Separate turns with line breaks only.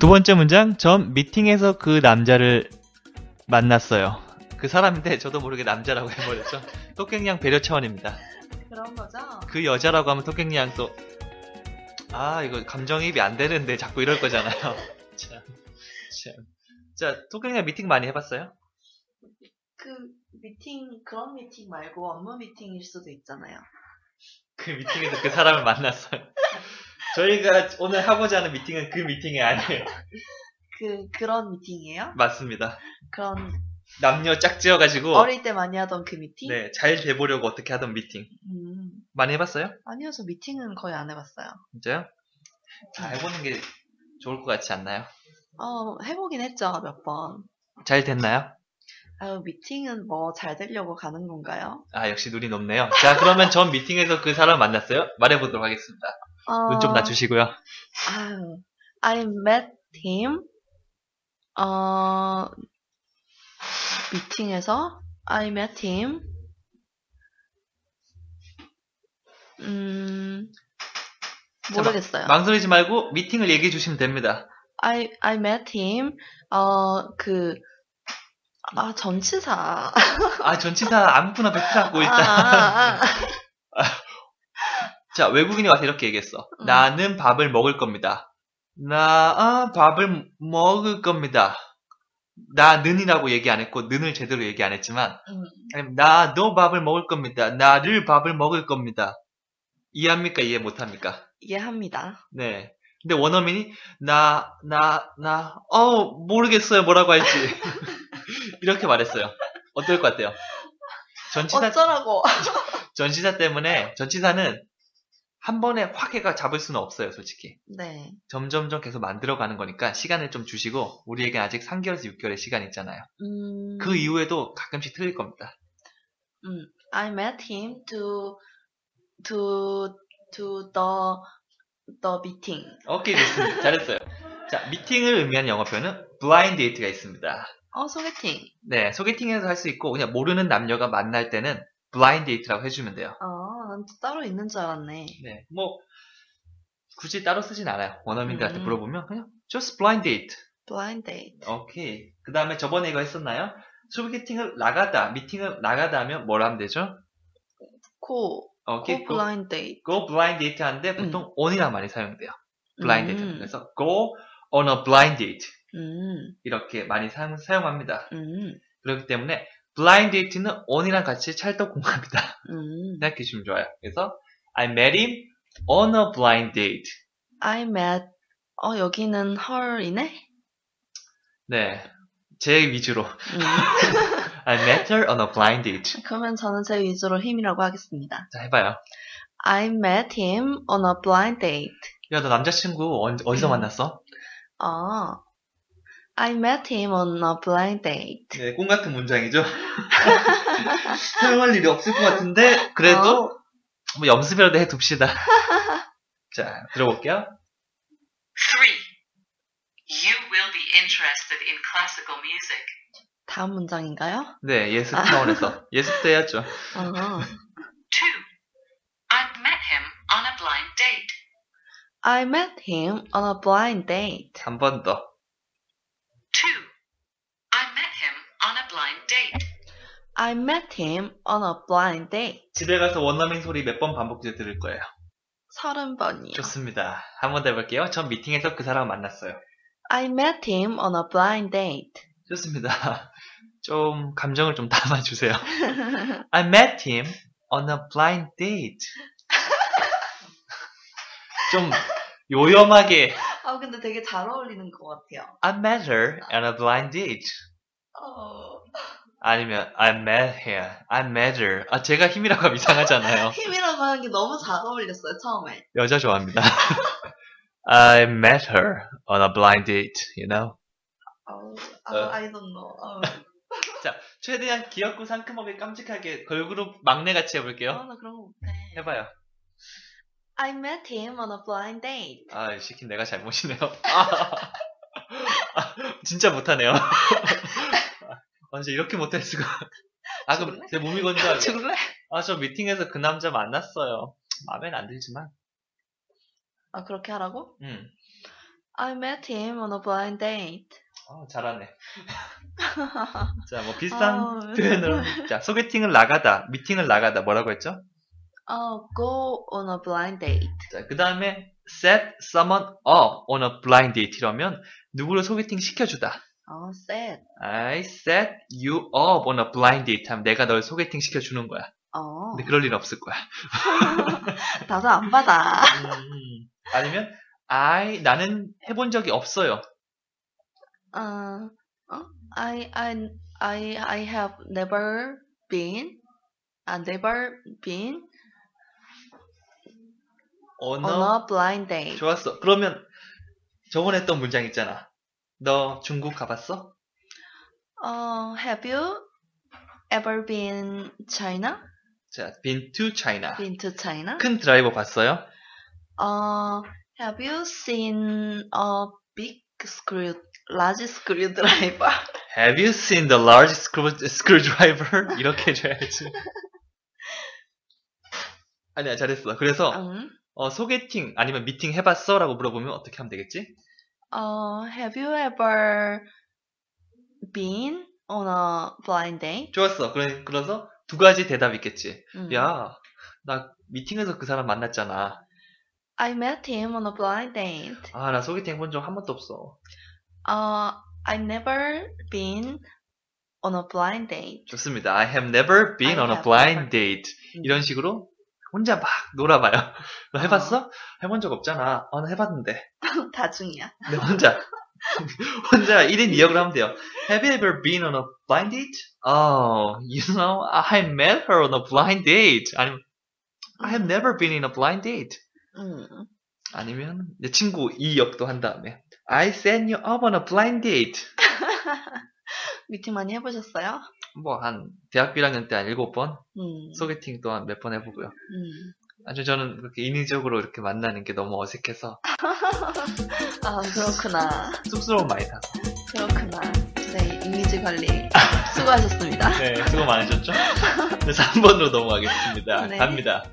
두 번째 문장. 전 미팅에서 그 남자를 만났어요. 그 사람인데 저도 모르게 남자라고 해버렸죠. 토깽양 배려 차원입니다.
그런 거죠?
그 여자라고 하면 토깽양 또, 아, 이거 감정입이 안 되는데 자꾸 이럴 거잖아요. 참, 참. 자, 토깽양 미팅 많이 해봤어요?
그 미팅 그런 미팅 말고 업무 미팅일 수도 있잖아요.
그 미팅에서 그 사람을 만났어요. 저희가 오늘 하고자 하는 미팅은 그 미팅이 아니에요.
그 그런 미팅이에요?
맞습니다.
그런
남녀 짝지어가지고,
어릴 때 많이 하던 그 미팅?
네, 잘 돼보려고 어떻게 하던 미팅.
음,
많이 해봤어요?
아니요, 저 미팅은 거의 안 해봤어요.
진짜요? 잘 해보는 게 좋을 것 같지 않나요?
어, 해보긴 했죠 몇 번.
잘 됐나요?
아유, 미팅은 뭐 잘 되려고 가는 건가요?
아, 역시 눈이 높네요. 자, 그러면 전 미팅에서 그 사람 만났어요? 말해보도록 하겠습니다.
어,
눈 좀 낮추시고요.
아유, I met him. 어, 미팅에서 I met him. 음,
잠깐만,
모르겠어요.
망설이지 말고 미팅을 얘기해 주시면 됩니다.
I, I met him. 어, 그, 아, 전치사.
아, 전치사 아무거나 뱉트 잡고
아,
있다.
아, 아.
자, 외국인이 와서 이렇게 얘기했어.
음.
나는 밥을 먹을 겁니다. 나 밥을 먹을 겁니다. 나는이라고 얘기 안 했고 는을 제대로 얘기 안 했지만
음.
아니면 나도 밥을 먹을 겁니다. 나를 밥을 먹을 겁니다. 이해합니까? 이해 못합니까?
이해합니다.
네. 근데 원어민이 나 나 나 어 모르겠어요 뭐라고 할지 이렇게 말했어요. 어떨 것 같아요? 전치사
어쩌라고.
전치사 때문에 전치사는 한 번에 확 해가 잡을 수는 없어요, 솔직히.
네.
점점점 계속 만들어가는 거니까 시간을 좀 주시고 우리에게 아직 3개월에서 6개월의 시간 있잖아요.
음,
그 이후에도 가끔씩 틀릴 겁니다.
음, I met him to, to, to the, the meeting.
오케이 됐습니다. 잘했어요. 자 미팅을 의미하는 영어 표현은 blind date가 있습니다.
어, 소개팅.
네 소개팅에서 할 수 있고 그냥 모르는 남녀가 만날 때는 blind date라고 해주면 돼요.
어, 난 따로 있는 줄 알았네.
네뭐 굳이 따로 쓰진 않아요. 원어민들한테
음.
물어보면 그냥 just blind date.
blind date.
오케이. 그 다음에 저번에 이거 했었나요? 소개팅을 나가다, 미팅을 나가다 하면 뭘 하면 되죠?
코,
오케이.
코 blind date.
go blind date 하는데 보통 on이랑 많이 사용돼요. blind date.
음,
그래서 go on a blind date.
음,
이렇게 많이 사용, 사용합니다.
음,
그렇기 때문에 blind date는 on이랑 같이 찰떡궁합이다.
음.
생각해 주시면 좋아요. 그래서 I met him on a blind date.
I met, 어, 여기는 her이네?
네. 제 위주로
음.
I met her on a blind date.
그러면 저는 제 위주로 힘이라고 하겠습니다.
자, 해봐요.
I met him on a blind date.
야, 너 남자친구 언-
음.
어디서 만났어?
어, I met him on a blind date.
네, 꿈 같은 문장이죠. 사용할 일이 없을 것 같은데 그래도
어,
뭐 연습이라도 해둡시다. 자, 들어볼게요.
Three. You will be interested in classical music.
다음 문장인가요?
네, 예습
아.
차원에서 예습 때 해야죠.
어.
Two. I've met him on a blind date.
I met him on a blind date.
한 번 더.
Two. I met him on a blind date.
I met him on a blind date.
집에 가서 원어민 소리 몇 번 반복해서 들을 거예요.
서른 번이요.
좋습니다. 한 번 더 해볼게요. 전 미팅에서 그 사람 만났어요.
I met him on a blind date.
좋습니다. 좀 감정을 좀 담아주세요. I met him on a blind date. 좀 요염하게
아 근데 되게 잘 어울리는 것 같아요.
I met her on a blind date.
어...
아니면 I met her. I met her. 아 제가 힘이라고 하면 이상하잖아요.
힘이라고 하는 게 너무 잘 어울렸어요 처음에.
여자 좋아합니다. I met her on a blind date. You know.
어,
어.
I don't know. 어.
최대한 귀엽고 상큼하게 깜찍하게 걸그룹 막내 같이 해볼게요.
아, 나 그런 거 못해.
해봐요.
I met him on a blind date.
아 시킨 내가 잘못이네요. 아, 진짜 못하네요. 완전 이렇게 못할 수가. 아 그럼 내 몸이 건조하게.
죽을래?
아 저 미팅에서 그 남자 만났어요. 마음엔 안 들지만.
아 그렇게 하라고?
음.
I met him on a blind date.
어, 잘하네. 자, 뭐 비슷한
아,
표현으로. 자, 소개팅을 나가다, 미팅을 나가다 뭐라고 했죠?
어, go on a blind date.
자, 그 다음에 set someone up on a blind date라면 누구를 소개팅 시켜주다.
어, set.
I set you up on a blind date 하면 내가 널 소개팅 시켜주는 거야.
어,
근데 그럴 일 없을 거야.
나도 안 받아.
음, 아니면 I 나는 해본 적이 없어요.
어, 어? I, I, I, I have never been, 아, never been
on
on
a
a blind date.
좋았어. 그러면 저번에 했던 문장 있잖아. 너 중국 가봤어?
어, have you ever been China?
자, been to China.
Been to China?
큰 드라이버 봤어요?
어, have you seen a big screw, large screwdriver?
Have you seen the large screw, screwdriver? 이렇게 해줘야지. 아니야, 잘했어. 그래서
응.
어, 소개팅 아니면 미팅 해봤어? 라고 물어보면 어떻게 하면 되겠지?
어, have you ever been on a blind date?
좋았어. 그래, 그래서 두 가지 대답이 있겠지.
음.
야, 나 미팅에서 그 사람 만났잖아.
I met him on a blind date.
아, 나 소개팅 해본 적 한 번도 없어.
어, I never been on a blind date.
좋습니다. I have never been
I
on a
have
blind
never.
date. 이런 식으로 혼자 막 놀아봐요. 너 해봤어? 해본 적 없잖아. 어, 나 해봤는데.
다중이야.
네, 혼자. 혼자 1인 2역을 하면 돼요. Have you ever been on a blind date? Oh, you know, I met her on a blind date. 아니면, I have never been in a blind date.
음.
아니면, 내 친구 2역도 한 다음에, I sent you up on a blind date.
미팅 많이 해보셨어요?
뭐, 한, 대학교 1학년 때 한 7번?
음.
소개팅 또한 몇 번 해보고요.
음.
아주 저는 그렇게 인위적으로 이렇게 만나는 게 너무 어색해서
아, 그렇구나.
쑥스러움 많이 타서.
그렇구나. 네, 이미지 관리 수고하셨습니다.
네, 수고 많으셨죠? 그래서 3번으로 넘어가겠습니다.
네.
갑니다.